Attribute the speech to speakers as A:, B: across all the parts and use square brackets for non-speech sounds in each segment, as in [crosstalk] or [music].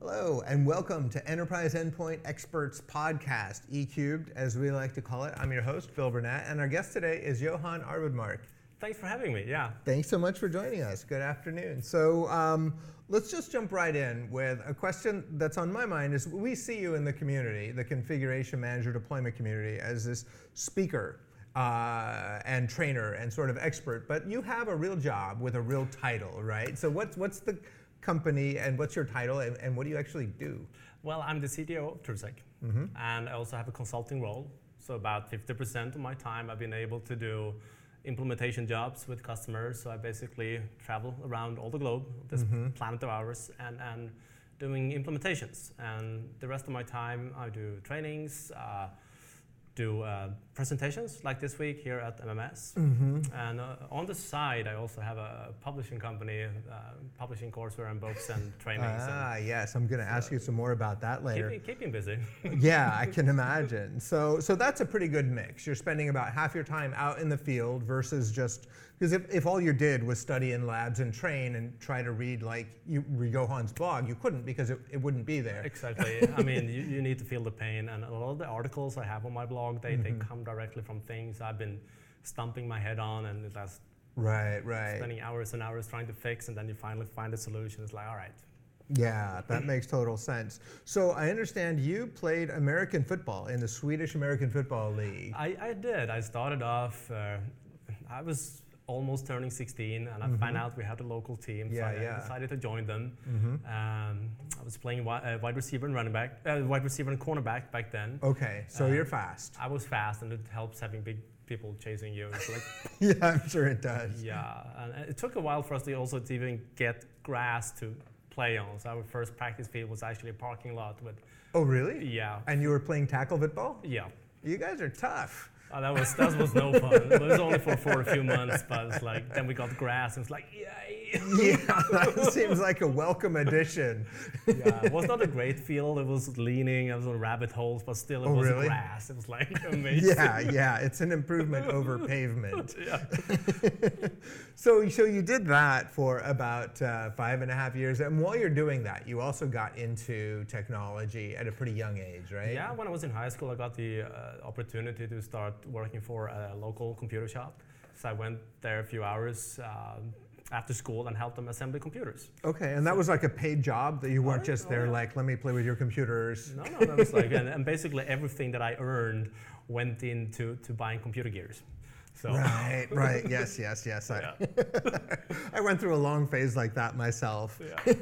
A: Hello, and welcome to Enterprise Endpoint Experts Podcast, E Cubed, as we like to call it. I'm your host, Phil Burnett, and our guest today is Johan Arvidmark.
B: Thanks for having me. Yeah.
A: Thanks so much for joining us. Good afternoon. So um, let's just jump right in with a question that's on my mind is we see you in the community, the configuration manager deployment community, as this speaker uh, and trainer and sort of expert, but you have a real job with a real title, right? So what's what's the company and what's your title and, and what do you actually do?
B: Well, I'm the CTO of Tursec,
A: Mm-hmm.
B: and I also have a consulting role. So about 50% of my time, I've been able to do implementation jobs with customers. So I basically travel around all the globe, this
A: Mm-hmm.
B: planet of ours, and and doing implementations. And the rest of my time, I do trainings. Uh, do uh, presentations like this week here at
A: Mm.
B: MMS.
A: Mm-hmm.
B: And uh, on the side, I also have a publishing company, uh, publishing courseware and books
A: [laughs]
B: and trainings.
A: Ah, yes, I'm going to ask you some more about that
B: and
A: later.
B: keeping, keeping busy. [laughs]
A: yeah, I can imagine. So, so that's a pretty good mix. You're spending about half your time out in the field versus just because if, if all you did was study in labs and train and try to read like you read Johan's blog, you couldn't because it, it wouldn't be there.
B: exactly. I mean, you, you need to feel the pain. And a lot of the articles I have on my blog, they,
A: Mm-hmm.
B: they come directly from things I've been stumping my head on and that's
A: Right, right.
B: spending hours and hours trying to fix. And then you finally find a solution. It's like, all right.
A: Yeah, that makes total sense. So I understand you played American football in the Swedish American Football League.
B: I, I did. I started off, uh, I was almost turning 16 and I found out we had a local team.
A: Mm-hmm. Yeah,
B: so I, I
A: yeah.
B: decided to join them.
A: Mm-hmm.
B: Um, I was playing wide, uh, wide receiver and running back, uh, wide receiver and cornerback back then.
A: Okay,
B: Uh,
A: so you're fast. [laughs]
B: I was fast and it helps having big people chasing you. It's like,
A: yeah, I'm sure it does.
B: yeah. And uh, it took a while for us to also to even get grass to play on. So our first practice field was actually a parking lot with,
A: Oh, really?
B: yeah,
A: And you were playing tackle football?
B: yeah.
A: You guys are
B: [laughs]
A: tough.
B: Oh, that was that was no fun. It was only for, for a few months, but it's like then we got grass and it's like yay.
A: Yeah, [laughs] that seems like a welcome addition.
B: Yeah, it was not a great field. It was leaning. It was on rabbit holes, but still it was
A: Oh, really?
B: grass. It
A: [laughs]
B: was like amazing.
A: Yeah, yeah, it's an improvement
B: [laughs]
A: over pavement. So, so you did that for about uh, five and a half years, and while you're doing that, you also got into technology at a pretty young age, right?
B: Yeah, when I was in high school, I got the uh, opportunity to start working for a local computer shop. So I went there a few hours um after school and helped them assemble computers.
A: Okay, and that was like a paid job that you weren't
B: yeah,
A: just
B: oh,
A: there
B: yeah.
A: like, let me play with your computers.
B: No, no, that was like, and, and basically everything that I earned went into to buying computer gears. So
A: Right,
B: [laughs]
A: right. Yes, yes, yes. I,
B: yeah.
A: I went through a long phase like that myself.
B: yeah.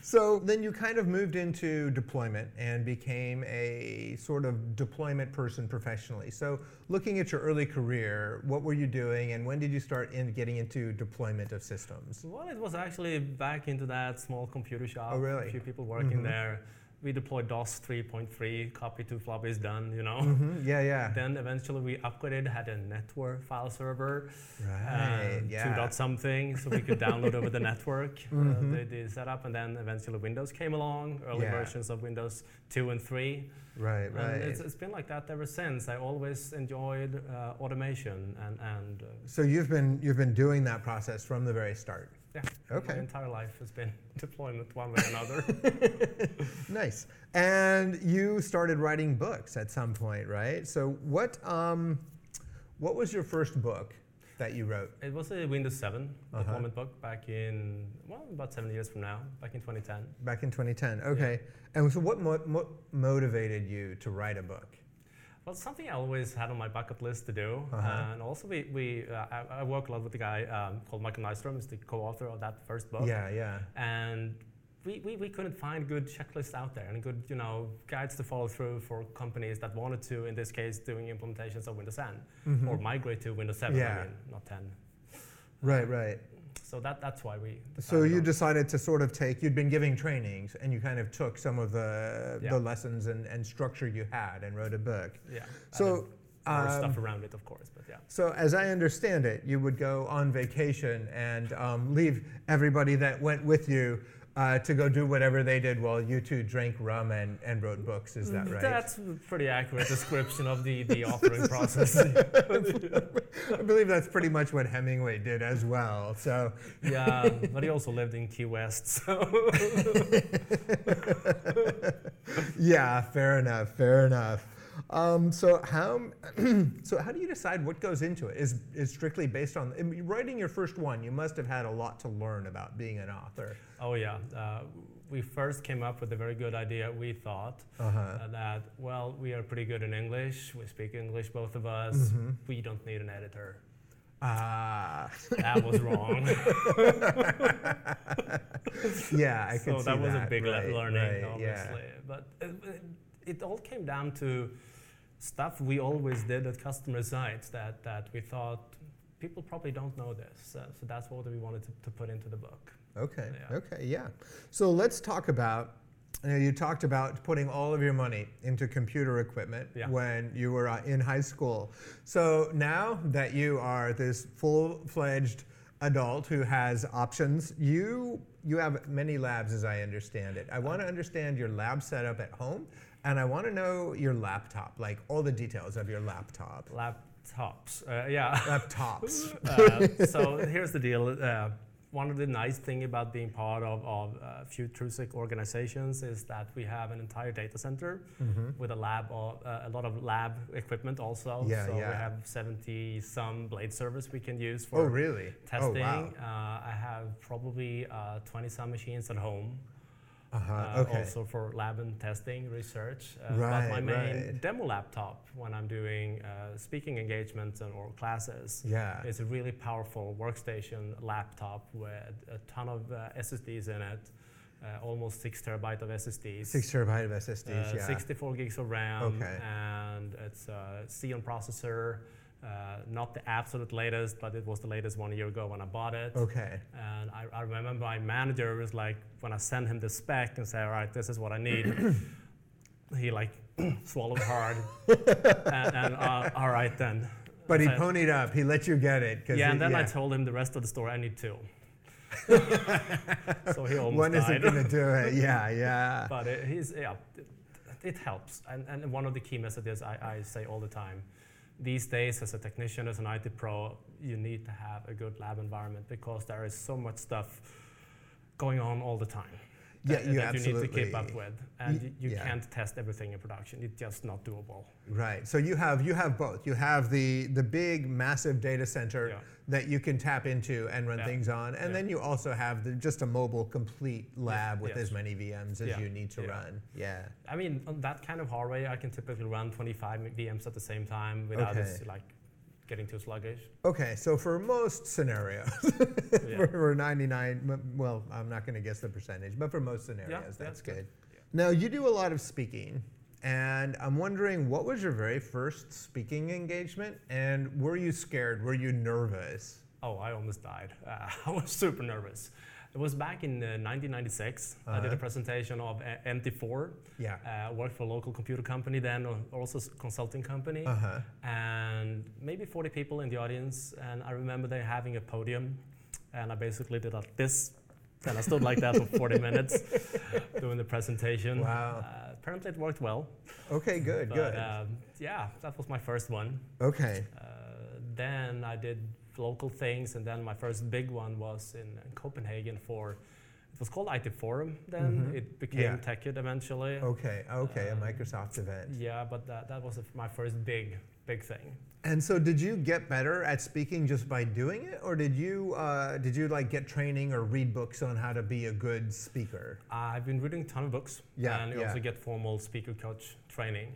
A: So then you kind of moved into deployment and became a sort of deployment person professionally. So looking at your early career, what were you doing and when did you start in getting into deployment of systems?
B: Well, it was actually back into that small computer shop.
A: Oh, really? Mm-hmm.
B: A few people working there. We deployed DOS 3.3, copy to floppy is done, you know.
A: Mhm, Yeah, yeah.
B: Mm-hmm. Then eventually we upgraded, had a network file server,
A: Right,
B: um,
A: yeah.
B: two dot something, so we could download over the network, uh, the, the setup, and then eventually Windows came along, early
A: Mm-hmm. Yeah.
B: versions of Windows 2 and 3.
A: Right,
B: And Um, it's,
A: right.
B: it's been like that ever since. I always enjoyed uh, automation and, and uh,
A: So you've been you've been doing that process from the very start.
B: yeah,
A: Okay.
B: my entire life has been [laughs] deployment one way or
A: [laughs]
B: another.
A: Nice. And you started writing books at some point, right? So what um what was your first book that you wrote?
B: It was a Windows 7
A: Uh-huh.
B: deployment book back in, well, about seven years from now, back in 2010.
A: Back in 2010. Okay. And so, what mo- mo- motivated you to write a book?
B: Well, something I always had on my bucket list to do.
A: Uh-huh.
B: And also, we, we uh, I, I work a lot with a guy um, called Michael Nystrom, who's the co author of that first book.
A: Yeah, yeah.
B: And we, we, we couldn't find good checklists out there and good you know guides to follow through for companies that wanted to, in this case, doing implementations of Windows 10
A: Mm-hmm.
B: or migrate to Windows 7,
A: Yeah.
B: I mean, not 10.
A: Right, right.
B: So that, that's why we.
A: So
B: decided
A: you
B: on-
A: decided to sort of take. You'd been giving trainings, and you kind of took some of the
B: Yeah.
A: the lessons and, and structure you had, and wrote a book.
B: Yeah.
A: So,
B: and then more
A: um,
B: stuff around it, of course, but yeah.
A: so as I understand it, you would go on vacation and um, leave everybody that went with you uh, to go do whatever they did while you two drank rum and, and wrote books. Is Mm-hmm. that right?
B: Mm, That's a pretty accurate description of the, the authoring process.
A: [laughs] I believe that's pretty much what Hemingway did as well. So, [laughs]
B: yeah, but he also lived in Key West, [laughs] so
A: yeah, fair enough, fair enough. Um, so how [clears throat] so how do you decide what goes into it? Is is strictly based on I mean, writing your first one? You must have had a lot to learn about being an author.
B: oh yeah. Uh, we first came up with a very good idea. We thought
A: Uh-huh.
B: uh, that well, we are pretty good in English. We speak English, both of us.
A: Mm-hmm.
B: We don't need an editor. [laughs]
A: Ah, [laughs]
B: That was wrong.
A: yeah, [laughs] I can
B: [laughs] so
A: see
B: that was a big le-
A: right,
B: learning,
A: right,
B: obviously. But it, it all came down to stuff we always did at customer sites that, that we thought people probably don't know this. Uh, so that's what we wanted to, to put into the book.
A: Yeah. Okay.
B: Yeah.
A: Okay. Yeah. So let's talk about. You, know, you talked about putting all of your money into computer equipment
B: Yeah.
A: when you were uh, in high school. So now that you are this full-fledged adult who has options, you you have many labs, as I understand it. I want to understand your lab setup at home, and I want to know your laptop, like all the details of your laptop.
B: Laptops. Uh, yeah. [laughs]
A: Laptops. [laughs]
B: Uh, so here's the deal. Uh, one of the nice thing about being part of, of uh, few TruSec organizations is that we have an entire data center
A: Mm-hmm.
B: with a lab, of, uh, a lot of lab equipment also.
A: Yeah,
B: so
A: yeah.
B: we have 70 some blade servers we can use
A: oh,
B: for
A: really?
B: testing.
A: Oh, wow.
B: uh, I have probably uh, 20 some machines at home.
A: Uh-huh.
B: Uh,
A: okay.
B: Also for lab and testing research. Uh, but my
A: Right,
B: main
A: right.
B: demo laptop when I'm doing uh, speaking engagements and, or classes
A: Yeah.
B: it's a really powerful workstation laptop with a ton of uh, SSDs in it, uh, almost six terabyte of SSDs,
A: Six terabyte of
B: uh,
A: SSDs. yeah.
B: 64 gigs of RAM,
A: Okay.
B: and it's a Xeon processor. Uh, not the absolute latest, but it was the latest one a year ago when I bought it. [laughs]
A: Okay.
B: And I, I remember my manager was like, when I sent him the spec and said, all right, this is what I need,
A: [clears throat]
B: he like [clears throat] swallowed
A: [laughs]
B: hard. and and uh, all right then.
A: But he
B: So-
A: ponied up. He let you get it. 'cause
B: yeah,
A: he-
B: and then I
A: yeah.
B: told him the rest of the story. I
A: [laughs]
B: need two. so he almost
A: One isn't
B: died.
A: going to do it. Yeah, yeah.
B: [laughs] but it, he's yeah, it, it helps. And, and one of the key messages I, I say all the time, these days as a technician, as an IT pro, you need to have a good lab environment because there is so much stuff going on all the time.
A: Yeah,
B: that,
A: you
B: that you need to keep up
A: absolutely-
B: with, and
A: y-
B: you, you
A: yeah.
B: can't test everything in production. It's just not doable.
A: Right. So you have you have both. You have the the big massive data center
B: Yeah.
A: that you can tap into and run
B: Yeah.
A: things on, and
B: Yeah.
A: then you also have the, just a mobile complete lab with
B: Yes.
A: as many VMs as
B: Yeah.
A: you need to
B: Yeah.
A: run. Yeah.
B: I mean, on that kind of hardware, I can typically run 25 VMs at the same time without
A: Okay.
B: us, like getting too
A: [laughs]
B: sluggish.
A: Okay. So for most scenarios,
B: Yeah.
A: for, for 99, m- well, I'm not going to guess the percentage, but for most scenarios,
B: yeah,
A: that's
B: yeah,
A: good.
B: yeah.
A: Now, you do a lot of speaking, and I'm wondering what was your very first speaking engagement, and were you scared? Were you nervous?
B: oh, I almost died. [laughs] Uh, I was super nervous. It was back in uh, 1996. I did
A: Uh-huh.
B: a presentation of uh, MT4.
A: Yeah.
B: Uh, worked for a local computer company then, or also s- consulting company.
A: Uh huh.
B: and maybe 40 people in the audience. And I remember they having a podium, and I basically did like this, and I stood like that
A: [laughs]
B: for 40 minutes doing the presentation.
A: Wow.
B: Uh, apparently, it worked well.
A: Okay, good,
B: But,
A: good.
B: Um, yeah, that was my first one.
A: okay.
B: Uh, then I did local things, and then my first big one was in Copenhagen for. It was called IT Forum then.
A: Mhm.
B: It became
A: Yeah. Oh,
B: TechId eventually.
A: Okay, okay,
B: um,
A: a Microsoft event.
B: Yeah, but that, that was my first big, big thing.
A: And so, did you get better at speaking just by doing it, or did you uh, did you like get training or read books on how to be a good speaker?
B: I've been reading a ton of books,
A: Yeah,
B: and you
A: yeah.
B: also get formal speaker coach training.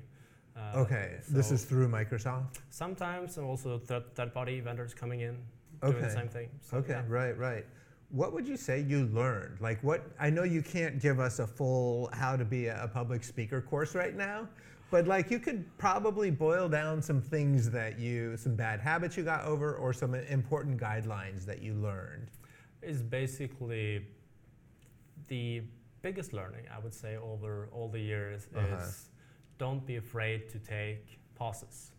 B: Uh,
A: Okay, this
B: so
A: is through Mirmicrosoft.
B: sometimes, and also third, third party vendors coming in doing the
A: Okay.
B: same thing. So,
A: Okay,
B: yeah.
A: right, right. What would you say you learned? Like, what I know you can't give us a full how to be a, a public speaker course right now, but like you could probably boil down some things that you, some bad habits you got over, or some important guidelines that you learned.
B: is basically the biggest learning I would say over all the years
A: Uh-huh.
B: is don't be afraid to take pauses.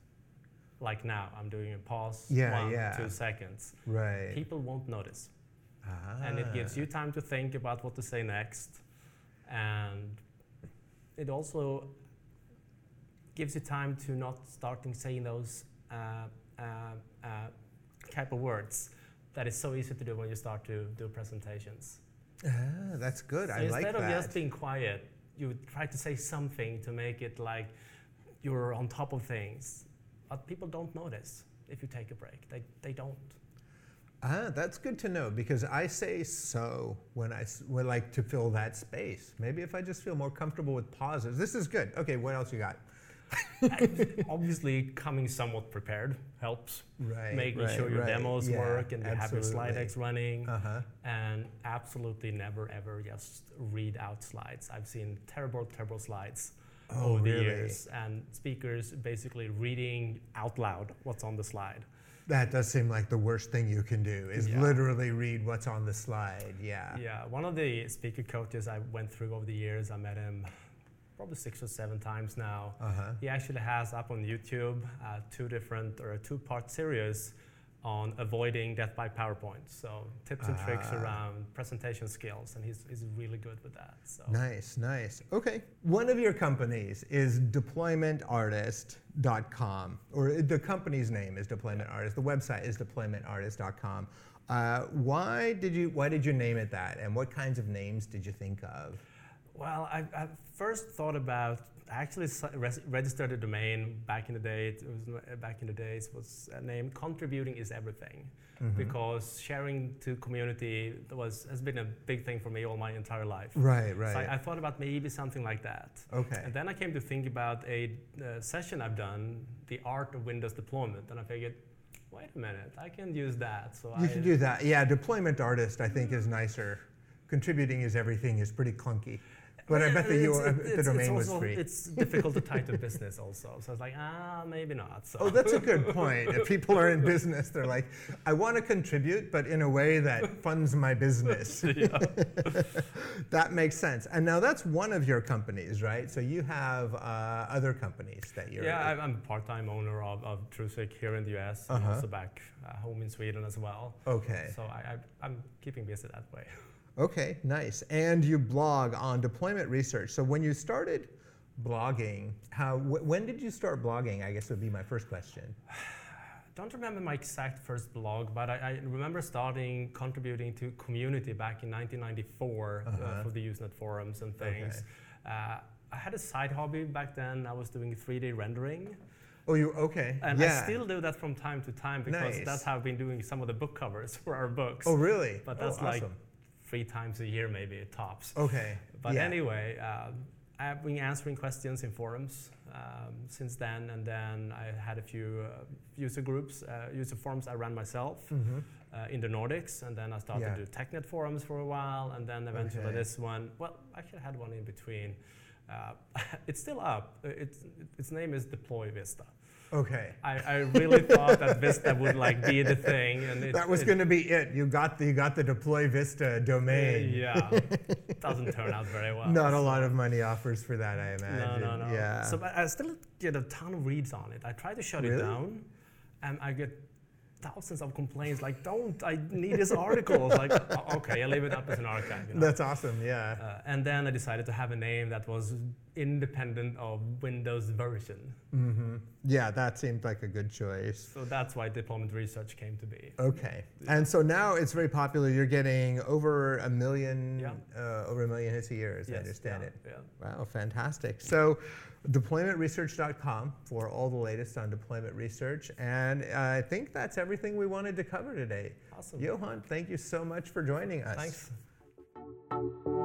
B: Like now, I'm doing a pause,
A: Yeah,
B: one,
A: yeah.
B: two seconds.
A: Right.
B: People won't notice. and it gives
A: Ah.
B: you time to think about what to say next and it also gives you time to not starting saying those uh, uh, uh, type of words that is so easy to do when you start to do presentations
A: Ah, that's good.
B: so
A: I
B: instead
A: like
B: of
A: that.
B: just being quiet you would try to say something to make it like you're on top of things but people don't notice if you take a break they, they
A: [laughs]
B: don't
A: Ah, that's good to know because I say so when I s- when like to fill that space. Maybe if I just feel more comfortable with pauses. This is good. Okay, what else you got?
B: obviously coming somewhat prepared helps
A: Right.
B: making sure your demos work and you have your slide decks running
A: Uh huh.
B: and absolutely never ever just read out slides i've seen terrible terrible slides
A: Oh,
B: over the
A: really?
B: years and speakers basically reading out loud what's on the slide
A: That does seem like the worst thing you can do is
B: Yeah.
A: literally read what's on the slide. Yeah.
B: yeah one of the speaker coaches i went through over the years i met him probably six or seven times now
A: Uh huh.
B: He actually has up on YouTube uh, two different or a two part series on avoiding death by PowerPoint. So tips and tricks
A: Ah.
B: around presentation skills, and he's, he's really good with that. So
A: Nice, nice. Okay. One of your companies is deploymentartist.com, or the company's name is Deployment Artist. The website is deploymentartist.com. Uh, why did you Why did you name it that? And what kinds of names did you think of?
B: well, I, I first thought about I actually s- res- registered a domain back in the day. It was n- back in the days was uh, named contributing is everything
A: Mm-hmm.
B: because sharing to community was has been a big thing for me all my entire life.
A: Right,
B: So I, I
A: right.
B: thought about maybe something like that.
A: okay.
B: And then I came to think about a uh, session I've done, the art of Windows deployment, and I figured, wait a minute, I can use that. So I
A: You should do that. Yeah, deployment artist I think is nicer. Contributing is everything is pretty clunky, but I bet that you
B: [laughs] It's-
A: uh,
B: it's-
A: the
B: it's
A: domain was
B: also-
A: free.
B: It's difficult to tie to business also. So I was like, ah, maybe not. So
A: Oh, that's a good point. If people are in business, they're like, I want to contribute, but in a way that funds my business.
B: [laughs] yeah.
A: that makes sense. And now that's one of your companies, right? So you have uh, other companies that [laughs] you're.
B: yeah, I'm- I'm a part-time owner of, of Trusik here in the US and
A: Uh-huh.
B: also back uh, home in Sweden as well.
A: okay.
B: So I, I, I'm keeping busy that way.
A: Okay. Nice. And you blog on deployment research. So when you started blogging, how wh- when did you start blogging? I guess would be my first question.
B: don't remember my exact first blog, but I, I remember starting contributing to community back in 1994 uh,
A: Uh-huh.
B: for the Usenet forums and
A: Okay.
B: things. Uh, I had a side hobby back then. I was doing 3D rendering,
A: Oh, you okay?
B: and
A: yeah.
B: I still do that from time to time because
A: Nice.
B: that's how I've been doing some of the book covers [laughs] for our books,
A: Oh, really?
B: But
A: Oh,
B: that's like-
A: awesome.
B: three times a year maybe tops.
A: Okay.
B: But
A: yeah.
B: anyway, uh, I've been answering questions in forums um, since then, and then I had a few uh, user groups, uh, user forums I ran myself
A: Mhm.
B: uh, in the Nordics, and then I started
A: Yeah.
B: to do TechNet forums for a while, and then eventually
A: Okay.
B: this one. Well, I actually had one in between. Uh, [laughs] it's still up. Uh, It's, its name is Deploy Vista.
A: Okay.
B: I, I really thought that Vista would like be the thing, and it,
A: That was
B: it-
A: going to be it. You got the you got the deploy Vista domain.
B: Yeah,
A: [laughs]
B: it doesn't turn out very well.
A: Not a lot of money offers for that, I
B: No,
A: imagine.
B: no, no.
A: Yeah.
B: So but I still get a ton of reads on it. I try to shut
A: Really?
B: it down, and I get thousands of complaints like, "Don't! I need this article." It's like, "Oh, okay, I leave it up as an archive. You know?
A: That's awesome. Yeah.
B: Uh, and then I decided to have a name that was independent of Windows version.
A: hmm Yeah, that seemed like a good choice.
B: So that's why deployment research came to be.
A: Okay. And so now it's very popular. You're getting over a million,
B: Yeah.
A: uh, over a million hits a year, as I understand
B: yeah,
A: it.
B: Yeah.
A: Wow, fantastic. So, deploymentresearch.com for all the latest on deployment research. And I think that's everything we wanted to cover today.
B: Awesome.
A: Johan, thank you so much for joining us.
B: Thanks.